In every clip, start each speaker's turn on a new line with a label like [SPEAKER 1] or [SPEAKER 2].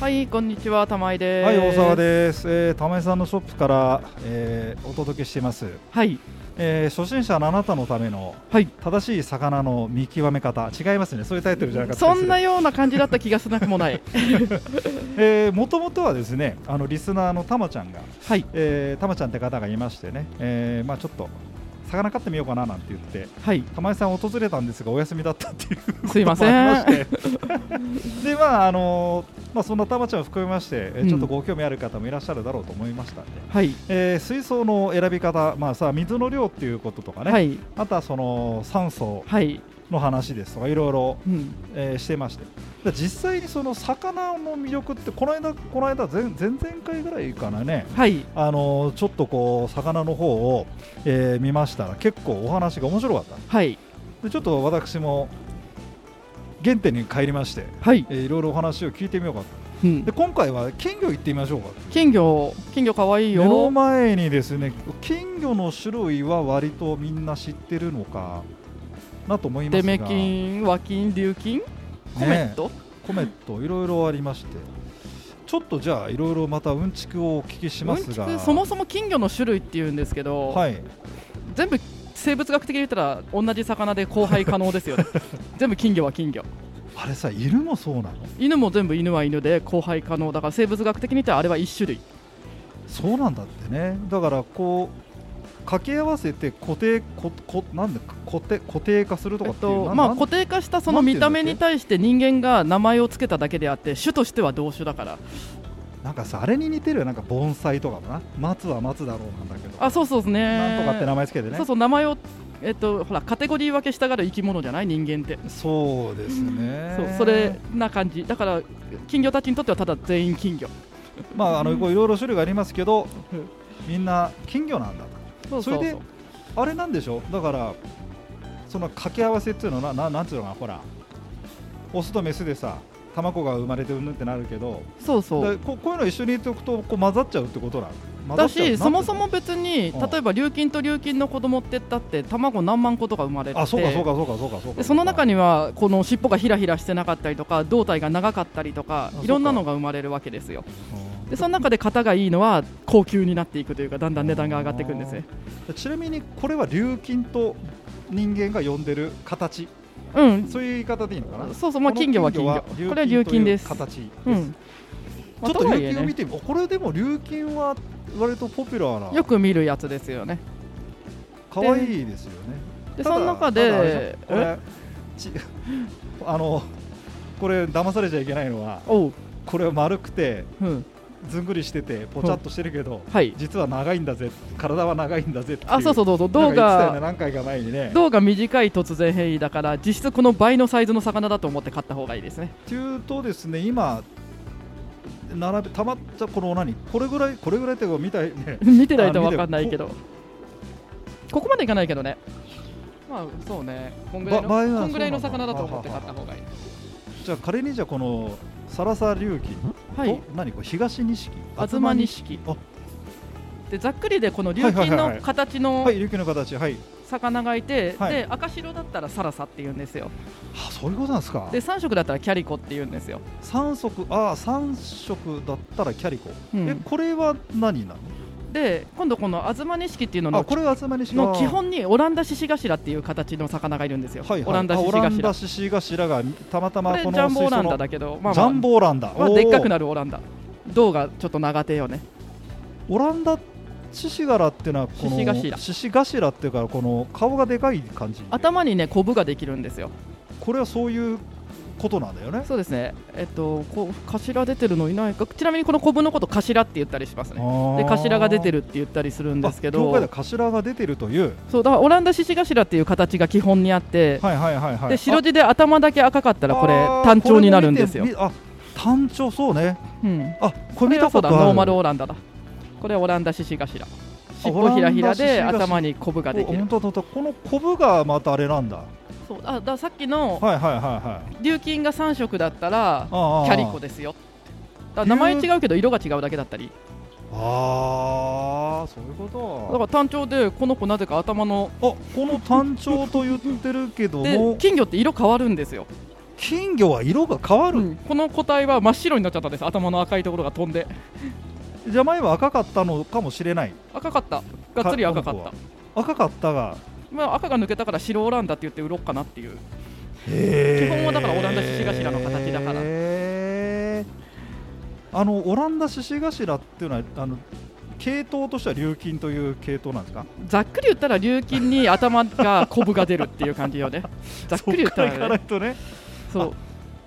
[SPEAKER 1] はいこんにちは玉井です
[SPEAKER 2] はい大沢です、えー、玉井さんのショップから、えーお届けしています、
[SPEAKER 1] はい
[SPEAKER 2] えー初心者のあなたのための
[SPEAKER 1] はい
[SPEAKER 2] 正しい魚の見極め方違いますねそういうタイトルじゃなかった
[SPEAKER 1] そ
[SPEAKER 2] です
[SPEAKER 1] んなような感じだった気がしなくもない
[SPEAKER 2] えー、もともとはですねあのリスナーのたまちゃんが
[SPEAKER 1] はい
[SPEAKER 2] えーたまちゃんって方がいましてね、えーまあちょっと魚飼ってみようかななんて言って
[SPEAKER 1] はい
[SPEAKER 2] 玉井さん訪れたんですがお休みだったっていう
[SPEAKER 1] すいませ
[SPEAKER 2] もありま
[SPEAKER 1] ん
[SPEAKER 2] して でまああのまあそんなたまちゃんを含めまして、えー
[SPEAKER 1] うん
[SPEAKER 2] ちょっとご興味ある方もいらっしゃるだろうと思いましたんで、
[SPEAKER 1] はい
[SPEAKER 2] えー水槽の選び方まあさ水の量っていうこととかね、
[SPEAKER 1] はい
[SPEAKER 2] あとはその酸素
[SPEAKER 1] はい
[SPEAKER 2] の話ですとかいろいろ
[SPEAKER 1] うん
[SPEAKER 2] えーしてましてで実際にその魚の魅力ってこの間この間前前々回ぐらいかなね
[SPEAKER 1] はい
[SPEAKER 2] あのーちょっとこう魚の方を、えー見ましたら結構お話が面白かった
[SPEAKER 1] はい
[SPEAKER 2] でちょっと私も原点に帰りまして、
[SPEAKER 1] はい
[SPEAKER 2] えーいろいろお話を聞いてみようかと
[SPEAKER 1] うん
[SPEAKER 2] で今回は金魚行ってみましょうか
[SPEAKER 1] 金魚金魚かわいい
[SPEAKER 2] 目の
[SPEAKER 1] よ
[SPEAKER 2] 前にですね金魚の種類は割とみんな知ってるのかなと思いま
[SPEAKER 1] デ
[SPEAKER 2] すが
[SPEAKER 1] メ金和金龍金コメット
[SPEAKER 2] コメットいろいろありましてちょっとじゃあいろいろまたうんちくをお聞きしますが、
[SPEAKER 1] うんちくそもそも金魚の種類っていうんですけど、
[SPEAKER 2] はい
[SPEAKER 1] 全部生物学的に言ったら同じ魚で交配可能ですよ ね全部金魚は金魚
[SPEAKER 2] あれさ犬もそうなの
[SPEAKER 1] 犬も全部犬は犬で交配可能だから生物学的に言ったらあれは一種類
[SPEAKER 2] そうなんだってねだからこう掛け合わせて固定ここなんで固定固定化すると
[SPEAKER 1] え
[SPEAKER 2] か
[SPEAKER 1] っ
[SPEAKER 2] っていう、
[SPEAKER 1] と
[SPEAKER 2] な
[SPEAKER 1] まあ、
[SPEAKER 2] なん
[SPEAKER 1] 固定化したその見た目に対して人間が名前を付けただけであって種としては同種だから
[SPEAKER 2] なんかさあれに似てるよなんか盆栽とかもな松は松だろうなんだけど
[SPEAKER 1] あそうそうですね
[SPEAKER 2] なんとかって名前つけてね
[SPEAKER 1] そうそう名前を、えっと、ほらカテゴリー分けしたがる生き物じゃない人間って、
[SPEAKER 2] そうですね
[SPEAKER 1] そうそれな感じだから金魚たちにとってはただ全員金魚
[SPEAKER 2] まああのこういろいろ種類がありますけど
[SPEAKER 1] うん
[SPEAKER 2] みんな金魚なんだと
[SPEAKER 1] そう
[SPEAKER 2] そ
[SPEAKER 1] そう
[SPEAKER 2] れ
[SPEAKER 1] そう
[SPEAKER 2] であれなんでしょだからその掛け合わせっていうのはなななんていうのかなほらオスとメスでさ卵が生まれてうんぬんってなるけど
[SPEAKER 1] そうそう
[SPEAKER 2] だここういうの一緒にいておくとこう混ざっちゃうってことなの混ざ
[SPEAKER 1] だ
[SPEAKER 2] っちゃう
[SPEAKER 1] し
[SPEAKER 2] な
[SPEAKER 1] そ
[SPEAKER 2] んてい
[SPEAKER 1] も
[SPEAKER 2] うの
[SPEAKER 1] そも別に
[SPEAKER 2] うん
[SPEAKER 1] 例えば琉金と琉金の子供ってだって卵何万個とか生まれてて
[SPEAKER 2] あそうかそうかそうかそうかそうか
[SPEAKER 1] でその中
[SPEAKER 2] に
[SPEAKER 1] にはこの尻尾がひらひらしてなかったりとか胴体が長かったりとか
[SPEAKER 2] そうか
[SPEAKER 1] いろんなのが生まれるわけですよでその中で型がいいのは高級になっていくというかだんだん値段が上がっていくんですね
[SPEAKER 2] ちなみにこれは琉金と人間が呼んでる形
[SPEAKER 1] うん
[SPEAKER 2] そういう言い方でいいのかな
[SPEAKER 1] そうそうまあ金魚は金魚
[SPEAKER 2] この
[SPEAKER 1] これは琉金です
[SPEAKER 2] という形です、
[SPEAKER 1] うん
[SPEAKER 2] ちょっ
[SPEAKER 1] まあ
[SPEAKER 2] と
[SPEAKER 1] とはい
[SPEAKER 2] 琉
[SPEAKER 1] え
[SPEAKER 2] 金を見
[SPEAKER 1] ね
[SPEAKER 2] てみ、おこれでも琉金は割とポピュラー
[SPEAKER 1] よ
[SPEAKER 2] な
[SPEAKER 1] く見るやつですよね
[SPEAKER 2] 可愛いですよね
[SPEAKER 1] で
[SPEAKER 2] ただ
[SPEAKER 1] その中
[SPEAKER 2] ただあれで
[SPEAKER 1] で
[SPEAKER 2] しょこれち あのこれ騙されちゃいけないのは
[SPEAKER 1] えおう、
[SPEAKER 2] これは丸くて
[SPEAKER 1] うん、
[SPEAKER 2] ずんぐりしててポチャっとしてるけど、
[SPEAKER 1] はい
[SPEAKER 2] 実は長いんだぜ体は長いんだぜっていう
[SPEAKER 1] あそうそうどうぞ
[SPEAKER 2] な
[SPEAKER 1] 胴
[SPEAKER 2] んか言ってたよね
[SPEAKER 1] が
[SPEAKER 2] 何回か前にね
[SPEAKER 1] 胴が短い突然変異だから実質この倍のサイズの魚だと思って買った方がいいですね
[SPEAKER 2] っていうとですね今並べたまったこの何これぐらいこれぐらいっていうか見たいね
[SPEAKER 1] 見てないと分かんないけどここまでいかないけどねまあそうねこんぐらいの
[SPEAKER 2] ば場合は
[SPEAKER 1] こんぐらいの
[SPEAKER 2] そうな
[SPEAKER 1] 魚
[SPEAKER 2] んだ
[SPEAKER 1] だと思って買った方がいい
[SPEAKER 2] じゃあ仮にじゃあこのサラサ龍金と、
[SPEAKER 1] はい
[SPEAKER 2] 何これ東錦
[SPEAKER 1] 東錦
[SPEAKER 2] あ
[SPEAKER 1] でざっくりでこの琉
[SPEAKER 2] はいは
[SPEAKER 1] 金
[SPEAKER 2] いはいは
[SPEAKER 1] の
[SPEAKER 2] い
[SPEAKER 1] 形の
[SPEAKER 2] はい琉金の形はい
[SPEAKER 1] 魚がいて、
[SPEAKER 2] はい
[SPEAKER 1] で赤白だったらサラサって言うんですよ
[SPEAKER 2] あそういうことなんですか
[SPEAKER 1] で3色だったらキャリコって言うんですよ
[SPEAKER 2] 三色あ三色だったらキャリコ、
[SPEAKER 1] うん
[SPEAKER 2] えこれは何な
[SPEAKER 1] で今度この東錦っていうの
[SPEAKER 2] のあ
[SPEAKER 1] の
[SPEAKER 2] これは集まりし
[SPEAKER 1] の基本にオランダシシガシラっていう形の魚がいるんですよ、
[SPEAKER 2] はいはい、
[SPEAKER 1] オランダシシ
[SPEAKER 2] あオラ
[SPEAKER 1] ガ
[SPEAKER 2] ン
[SPEAKER 1] シ
[SPEAKER 2] ダ
[SPEAKER 1] ラ
[SPEAKER 2] シシガシラがたまた
[SPEAKER 1] こ
[SPEAKER 2] ま
[SPEAKER 1] れジ
[SPEAKER 2] この
[SPEAKER 1] ャンボオランダ
[SPEAKER 2] 水槽の
[SPEAKER 1] だけど、まあ
[SPEAKER 2] ジ
[SPEAKER 1] まあ
[SPEAKER 2] ャンボオランダ、
[SPEAKER 1] まあ、でっかく
[SPEAKER 2] る
[SPEAKER 1] なるオランダ銅がちょっと長手よね
[SPEAKER 2] オランダシシガラっていうのはこの
[SPEAKER 1] シシガシラ
[SPEAKER 2] シシガシラっていうからこの顔がでかい感じ
[SPEAKER 1] 頭にねコブができるんですよ
[SPEAKER 2] これはそういうことなんだよね
[SPEAKER 1] そうですねえっとこう頭出てるのいないかちなみにこのコブのこと頭って言ったりしますねで頭が出て
[SPEAKER 2] る
[SPEAKER 1] るって言ったりするんですけ
[SPEAKER 2] 教会
[SPEAKER 1] ど
[SPEAKER 2] では頭が出てるという
[SPEAKER 1] そうだからオランダシシガシラっていう形が基本にあって、
[SPEAKER 2] はいはいはいはい
[SPEAKER 1] で白地で頭だけ赤かった
[SPEAKER 2] だ
[SPEAKER 1] らこれ単調になるんですよ、
[SPEAKER 2] あ単調そうね
[SPEAKER 1] うん、
[SPEAKER 2] あこ
[SPEAKER 1] こ
[SPEAKER 2] れ
[SPEAKER 1] れ
[SPEAKER 2] 見た
[SPEAKER 1] はそ
[SPEAKER 2] こ
[SPEAKER 1] う
[SPEAKER 2] と
[SPEAKER 1] だ
[SPEAKER 2] ある
[SPEAKER 1] ノーマルオランダだこれはオランダシシガシラ尻尾ひらひらで
[SPEAKER 2] オランダシシガシラ
[SPEAKER 1] 頭にコブができ
[SPEAKER 2] お
[SPEAKER 1] る
[SPEAKER 2] 本当だ本当だこのコブがまたあれなんだは
[SPEAKER 1] そうあだからさっきの
[SPEAKER 2] いはいはいはい
[SPEAKER 1] 琉金が3色だったら
[SPEAKER 2] ああああ
[SPEAKER 1] キャリコですよだから名前違うけど色が違うだけだったり
[SPEAKER 2] ああそういうこ
[SPEAKER 1] だか
[SPEAKER 2] と
[SPEAKER 1] ら単調でこの子なぜか頭の
[SPEAKER 2] あこの単調と言ってるけど
[SPEAKER 1] で
[SPEAKER 2] も
[SPEAKER 1] 金魚って色変わるんですよ
[SPEAKER 2] 金魚は色が変わる、
[SPEAKER 1] うんこの個体は真っ白になっちゃったんです頭の赤いところが飛んで
[SPEAKER 2] じゃあ前は赤かったのかもしれない
[SPEAKER 1] 赤かったがっつり赤かっ
[SPEAKER 2] か
[SPEAKER 1] た
[SPEAKER 2] こ赤かったが
[SPEAKER 1] まあ赤が抜けたから白オランダって言って売ろうかなっていう
[SPEAKER 2] 基
[SPEAKER 1] 基本はだからオランダ獅子頭の形だから
[SPEAKER 2] あのオランダ獅子頭っていうのはあの系統としては琉金という系統なんですか
[SPEAKER 1] ざっくり言ったら琉金に頭がコブが出るっていう感じよ ねざっくり言った
[SPEAKER 2] そっから
[SPEAKER 1] ら、
[SPEAKER 2] いかな
[SPEAKER 1] ね
[SPEAKER 2] い、とね
[SPEAKER 1] そう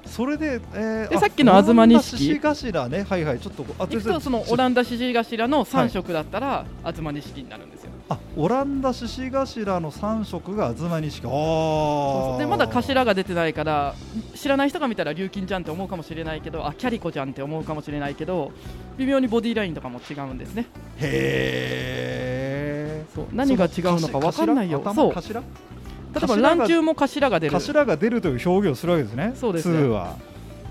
[SPEAKER 2] それで,、えー
[SPEAKER 1] で
[SPEAKER 2] あ
[SPEAKER 1] さっきの東錦
[SPEAKER 2] オランダ獅子頭ねはいはいちょっとこうあ
[SPEAKER 1] 行くとそのオ
[SPEAKER 2] ン
[SPEAKER 1] ランダシジガシラの3色だったら東錦になるんですよ、
[SPEAKER 2] あオランダ獅子頭の三色が東錦ああ
[SPEAKER 1] でまだ頭が出てないから知らない人が見たら琉金じゃんって思うかもしれないけどあキャリコじゃんって思うかもしれないけど微妙にボディラインとかも違うんですね
[SPEAKER 2] へえ
[SPEAKER 1] そう何が違うのか分かんないよそう
[SPEAKER 2] 頭
[SPEAKER 1] 例
[SPEAKER 2] 頭
[SPEAKER 1] えば
[SPEAKER 2] 頭が
[SPEAKER 1] 乱中も頭が出る
[SPEAKER 2] 頭が出るという表現をするわけですね
[SPEAKER 1] そうですね
[SPEAKER 2] 通は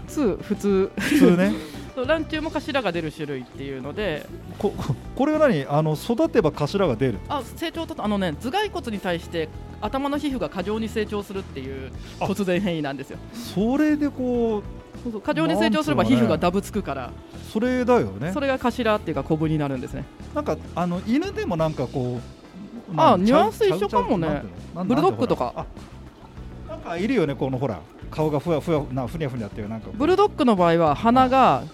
[SPEAKER 1] 2普通
[SPEAKER 2] 普通ね
[SPEAKER 1] そう乱中も頭が出る種類っていうので
[SPEAKER 2] こここれは何あの育てば頭が出る
[SPEAKER 1] あ成長とあのね頭蓋骨に対して頭の皮膚が過剰に成長するっていう
[SPEAKER 2] あ
[SPEAKER 1] 突然変異なんですよ
[SPEAKER 2] それでこ
[SPEAKER 1] そうそう過剰に成長すれば
[SPEAKER 2] なん
[SPEAKER 1] 皮
[SPEAKER 2] ていうの
[SPEAKER 1] 膚
[SPEAKER 2] かね
[SPEAKER 1] がダブつくから、
[SPEAKER 2] うそれだよね
[SPEAKER 1] それが頭っていうかコブになるんですね
[SPEAKER 2] なんかあの犬でもなんかこう
[SPEAKER 1] あ
[SPEAKER 2] なん
[SPEAKER 1] ニュアンス
[SPEAKER 2] ちゃう
[SPEAKER 1] 一緒かもね
[SPEAKER 2] ちゃうなんていうのなん
[SPEAKER 1] ブルドッグとか
[SPEAKER 2] なんてほらあなんかいるよねこのほら顔がふわふわなふにゃふにゃっていうなんか
[SPEAKER 1] ブルドッグの場合は鼻が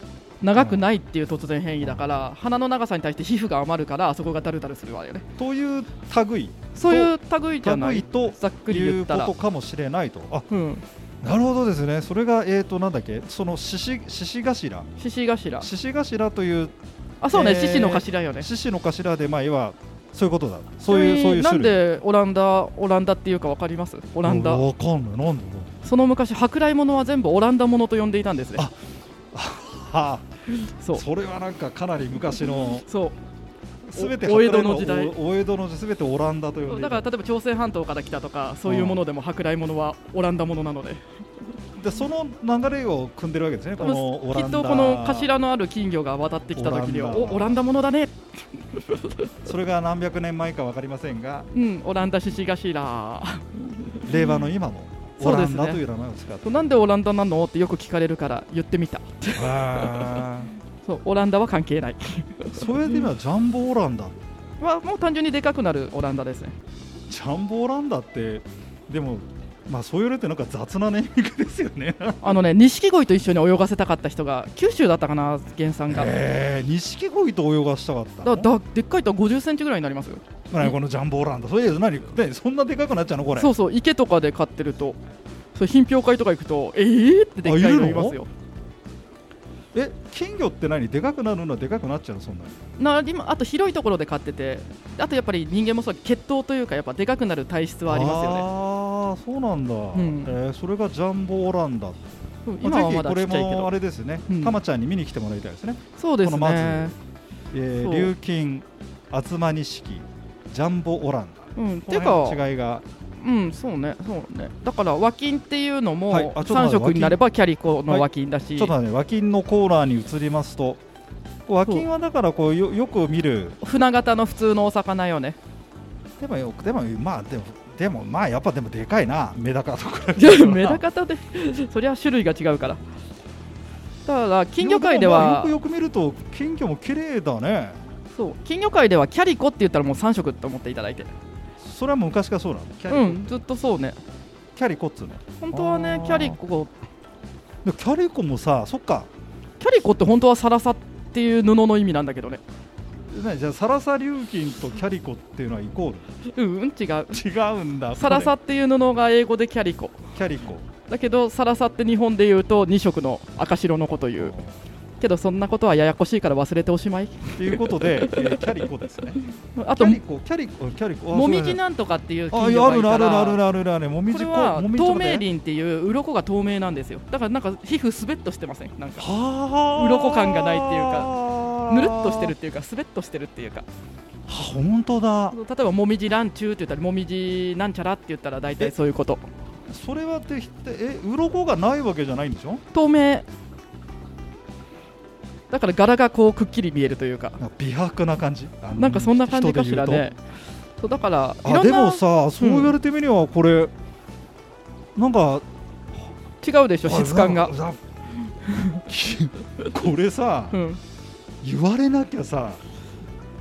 [SPEAKER 1] 長くないっていう突然変異だから鼻の長さに対して皮膚が余るからあそこがダルダルするわよね
[SPEAKER 2] という類
[SPEAKER 1] そういう類じゃな
[SPEAKER 2] 類
[SPEAKER 1] い
[SPEAKER 2] と
[SPEAKER 1] ざっくり
[SPEAKER 2] い
[SPEAKER 1] 言
[SPEAKER 2] う
[SPEAKER 1] った
[SPEAKER 2] こ
[SPEAKER 1] ら
[SPEAKER 2] とかもしれないとあ
[SPEAKER 1] うん
[SPEAKER 2] なるほどですねそれがえーとなんだっけその獅子獅子頭
[SPEAKER 1] 獅子頭
[SPEAKER 2] 獅子頭という
[SPEAKER 1] あそうね
[SPEAKER 2] えー
[SPEAKER 1] 獅子の頭よね
[SPEAKER 2] 獅子の頭でまあ要はそういうことだそういうそういう
[SPEAKER 1] な
[SPEAKER 2] 種
[SPEAKER 1] ん
[SPEAKER 2] 類
[SPEAKER 1] でオランダオランダっていうかわかりますオ
[SPEAKER 2] オ
[SPEAKER 1] ランダ
[SPEAKER 2] わかんないなんでだろう
[SPEAKER 1] その昔舶来物は全部オランダ物と呼んでいたんですね
[SPEAKER 2] あは
[SPEAKER 1] そ
[SPEAKER 2] あ、
[SPEAKER 1] う
[SPEAKER 2] それはなんかかなり昔の
[SPEAKER 1] そう
[SPEAKER 2] すべて
[SPEAKER 1] お江戸の時代
[SPEAKER 2] おお江戸のすべてオランダと呼んでい
[SPEAKER 1] だ
[SPEAKER 2] た
[SPEAKER 1] から例えば朝鮮半島から来たとかそういうものでも舶来物はオランダ物なので
[SPEAKER 2] でその流れを組んでるわけですねこのオ
[SPEAKER 1] き
[SPEAKER 2] ラ
[SPEAKER 1] っ
[SPEAKER 2] ンダ
[SPEAKER 1] とこの頭のある金魚が渡ってきた時には
[SPEAKER 2] オランダ
[SPEAKER 1] おオランダ物だね
[SPEAKER 2] それが何百年前かわかりませんが
[SPEAKER 1] うんオランダ獅子頭
[SPEAKER 2] 令和の今も
[SPEAKER 1] そ
[SPEAKER 2] オ
[SPEAKER 1] う
[SPEAKER 2] ラ
[SPEAKER 1] です
[SPEAKER 2] ン
[SPEAKER 1] ね
[SPEAKER 2] ダという名前を使って、
[SPEAKER 1] なんでオランダなのってよく聞かれるから言ってみた
[SPEAKER 2] あ
[SPEAKER 1] そうオランダは関係ない
[SPEAKER 2] ーそれで今ジャンボオランダ
[SPEAKER 1] まあもう単純にでかくなるオランダ ですね
[SPEAKER 2] ジャンボオランダってでもまあそういうのってなんか雑なネーミングですよ ね
[SPEAKER 1] あのね錦鯉と一緒に泳がせたかった人が九州だったかな原産がだ
[SPEAKER 2] えー錦鯉と泳がしたかったの
[SPEAKER 1] だでっかいと50センチぐらいになりますよ
[SPEAKER 2] まあねこのジャンボオランダそれで何 ねそんなでかくなっちゃうのこれ
[SPEAKER 1] そうそう池とかで飼ってるとそう品評会とか行くとえーってでっかい
[SPEAKER 2] あいる
[SPEAKER 1] の
[SPEAKER 2] の
[SPEAKER 1] いますよ
[SPEAKER 2] え金魚って何でかくなるのはでかくなっちゃうのそんなに
[SPEAKER 1] な今あと広いところで飼っててあとやっぱり人間もそう血統というかやっぱでかくなる体質はありますよね
[SPEAKER 2] ああそうなんだ、
[SPEAKER 1] ん
[SPEAKER 2] えーそれがジャンボオランダ
[SPEAKER 1] うん今はまだちっちゃい
[SPEAKER 2] ぜ
[SPEAKER 1] け
[SPEAKER 2] ひこれもあ
[SPEAKER 1] ど
[SPEAKER 2] れですね、
[SPEAKER 1] うん
[SPEAKER 2] たまちゃんに見に来てもらいたいですね、
[SPEAKER 1] そうです
[SPEAKER 2] この
[SPEAKER 1] ね
[SPEAKER 2] まえ
[SPEAKER 1] そ
[SPEAKER 2] ー、
[SPEAKER 1] う
[SPEAKER 2] 琉金厚間錦ジャンボオランダ
[SPEAKER 1] うんて
[SPEAKER 2] こ
[SPEAKER 1] か
[SPEAKER 2] の辺の違いが
[SPEAKER 1] うんそうねそうねだから和金っていうの
[SPEAKER 2] はい
[SPEAKER 1] も
[SPEAKER 2] あちょっと待って
[SPEAKER 1] 3色になればキャリコの和金だし
[SPEAKER 2] ちょっと待って和金のコーナーに移りますと和金はだからこうよよく見る
[SPEAKER 1] 船型の普通のお魚よね
[SPEAKER 2] でもよでもまあでもでもまあやっぱでもでかいなメダカと 比べ
[SPEAKER 1] い
[SPEAKER 2] て
[SPEAKER 1] やメダカとで そりゃ種類が違うからだから金魚界では
[SPEAKER 2] でもまあよくよく見ると金魚も綺麗だね
[SPEAKER 1] そう金魚界ではキャリコって言ったらもう3色と思っていただいて
[SPEAKER 2] それは昔からそうなのキャリ,、
[SPEAKER 1] うんずっとそうね
[SPEAKER 2] キャリコっつうの
[SPEAKER 1] 本当は
[SPEAKER 2] あ
[SPEAKER 1] ね
[SPEAKER 2] ー
[SPEAKER 1] キャリコ
[SPEAKER 2] でキャリコもさそっか
[SPEAKER 1] キャリコって本当はサラサっていう布の意味なんだけどね
[SPEAKER 2] なじゃあサラサ流金とキャリコっていうのはイコール
[SPEAKER 1] うんうん違う
[SPEAKER 2] 違うんだ
[SPEAKER 1] サラサっていう布が英語でキャリコ
[SPEAKER 2] キャリコ
[SPEAKER 1] だけどサラサって日本で言うと2色の赤白の子というけどそんなことはややこしいから忘れておしまい
[SPEAKER 2] ということで、えーキャリコですね
[SPEAKER 1] あ
[SPEAKER 2] キ
[SPEAKER 1] と
[SPEAKER 2] ャリコキャリコキャリコあ
[SPEAKER 1] もみ
[SPEAKER 2] そ
[SPEAKER 1] じ
[SPEAKER 2] うだね
[SPEAKER 1] なんとかっていう
[SPEAKER 2] あ
[SPEAKER 1] 金
[SPEAKER 2] い
[SPEAKER 1] 魚
[SPEAKER 2] やあ
[SPEAKER 1] がい
[SPEAKER 2] るね
[SPEAKER 1] た
[SPEAKER 2] あるねあ
[SPEAKER 1] ら
[SPEAKER 2] るねあるねあるねもみ
[SPEAKER 1] こ
[SPEAKER 2] じ
[SPEAKER 1] れ
[SPEAKER 2] こ
[SPEAKER 1] は
[SPEAKER 2] もみじ
[SPEAKER 1] 透
[SPEAKER 2] こで
[SPEAKER 1] 明林っていう鱗が透明なんですよだからなんか皮膚スベッとしてませんなんか
[SPEAKER 2] はあ
[SPEAKER 1] 鱗感がないっていう
[SPEAKER 2] か
[SPEAKER 1] ぬるっとしてるっていうかスベッとしてるっていうか
[SPEAKER 2] 本当だ
[SPEAKER 1] 例えばもみじランチューって言ったらもみじなんちゃらって言ったら大体そういうこと
[SPEAKER 2] それはってえ鱗がないわけじゃないんでしょ
[SPEAKER 1] 透明だから柄がこうくっきり見えるというか
[SPEAKER 2] なんか美白な感じあの
[SPEAKER 1] なんかそんな感じかしら
[SPEAKER 2] 人で言う
[SPEAKER 1] ねそうだから
[SPEAKER 2] と
[SPEAKER 1] いろ
[SPEAKER 2] あ
[SPEAKER 1] ん
[SPEAKER 2] でも
[SPEAKER 1] な
[SPEAKER 2] さそう言われてみればこれ、なんか
[SPEAKER 1] 違うでしょ質感が
[SPEAKER 2] う、ざうざこれさ
[SPEAKER 1] うん、
[SPEAKER 2] 言われなきゃさ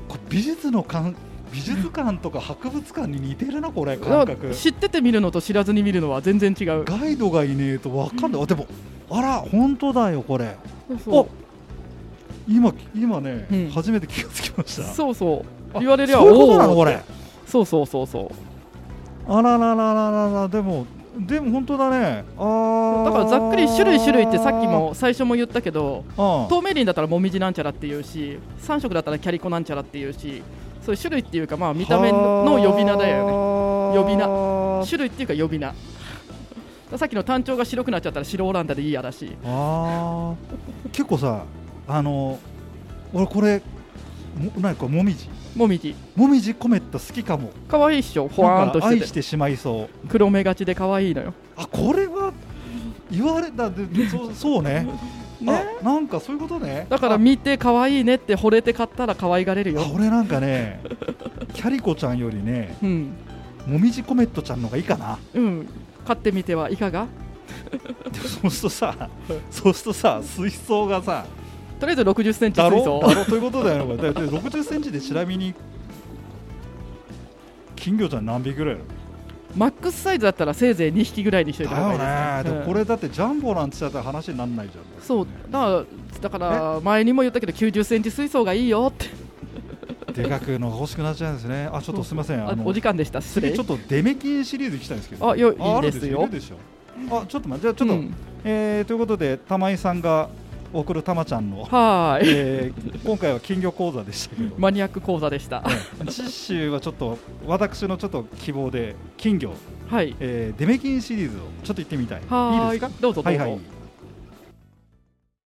[SPEAKER 2] これ美術の感美術館とか博物館に似てるなこれ感覚
[SPEAKER 1] 知ってて見るのと知らずに見るのは全然違う
[SPEAKER 2] ガイドがいねえと分かんない、あでもあら本当だよこれ
[SPEAKER 1] そう
[SPEAKER 2] お
[SPEAKER 1] そ
[SPEAKER 2] 今今ね、
[SPEAKER 1] うん
[SPEAKER 2] 初めて気がつきまし
[SPEAKER 1] う
[SPEAKER 2] た
[SPEAKER 1] そうそう
[SPEAKER 2] あ
[SPEAKER 1] 言われりゃ
[SPEAKER 2] そういうことな
[SPEAKER 1] お
[SPEAKER 2] の
[SPEAKER 1] ー
[SPEAKER 2] これ
[SPEAKER 1] そうそうそうそう
[SPEAKER 2] あららららららでもでも本当だねあー
[SPEAKER 1] だからざっくり種類種類ってさっきも最初も言ったけど
[SPEAKER 2] あ
[SPEAKER 1] 透明林だったらもみじなんちゃらっていうし三色だったらキャリコなんちゃらっていうしそういう種類っていうかまあ見た目の呼び名だよね
[SPEAKER 2] ね
[SPEAKER 1] 呼び名
[SPEAKER 2] 名
[SPEAKER 1] 種類っていうか呼び名 さっきの単調が白くなっちゃったら白オランダでいいやだし
[SPEAKER 2] あー結構さあの俺これも何かもみじ
[SPEAKER 1] もみじ
[SPEAKER 2] もみじ込めた好きかも
[SPEAKER 1] 可愛いっしょほわーんとし
[SPEAKER 2] なんか
[SPEAKER 1] て
[SPEAKER 2] 愛
[SPEAKER 1] て
[SPEAKER 2] してしまいそう
[SPEAKER 1] 黒目がちで可愛いのよ
[SPEAKER 2] あこれは言われたでそうそうね
[SPEAKER 1] ね
[SPEAKER 2] あなんかそういうことね
[SPEAKER 1] だから
[SPEAKER 2] あ
[SPEAKER 1] 見て可愛いねって惚れて買ったら可愛がれるよ
[SPEAKER 2] あ俺なんかねキャリコちゃんよりね
[SPEAKER 1] うん
[SPEAKER 2] もみじコメットちゃんの方がいいかな
[SPEAKER 1] うん買ってみてはいかが
[SPEAKER 2] でもそうするとさそうするとさ水槽がさ
[SPEAKER 1] とりあえず6 0センチ
[SPEAKER 2] だ
[SPEAKER 1] 水
[SPEAKER 2] ろ
[SPEAKER 1] 槽
[SPEAKER 2] だろということだよねこれだ6 0ンチでちなみに金魚ちゃん何匹ぐらいなの
[SPEAKER 1] マックスサイズだったらせいぜい2匹ぐらいにしといた方がいい
[SPEAKER 2] だよね
[SPEAKER 1] です
[SPEAKER 2] でもこれだってジャンボなんて言ったら話にならないじゃん
[SPEAKER 1] うんそうだからだから前にも言ったけど9 0センチ水槽がいいよって
[SPEAKER 2] でかくのが欲しくなっちゃうんですねあちょっとすみません
[SPEAKER 1] あ
[SPEAKER 2] あの
[SPEAKER 1] お時間でした失
[SPEAKER 2] 次
[SPEAKER 1] 礼
[SPEAKER 2] ちょっとデメキンシリーズ行きたいんですけど
[SPEAKER 1] あよいい
[SPEAKER 2] ある
[SPEAKER 1] ですよ
[SPEAKER 2] いるでしょあちょっと待ってじゃあちょっと、
[SPEAKER 1] うん
[SPEAKER 2] えーということで玉井さんが送る玉ちゃんの、
[SPEAKER 1] はーい
[SPEAKER 2] えー今回は金魚講座でしたけど、
[SPEAKER 1] マニアック講座でした
[SPEAKER 2] 次週はちょっと私のちょっと希望で金魚、
[SPEAKER 1] はい
[SPEAKER 2] えーデメキンシリーズをちょっと行ってみたいいい
[SPEAKER 1] はーい
[SPEAKER 2] ですか
[SPEAKER 1] どうぞどうぞ
[SPEAKER 2] はいはい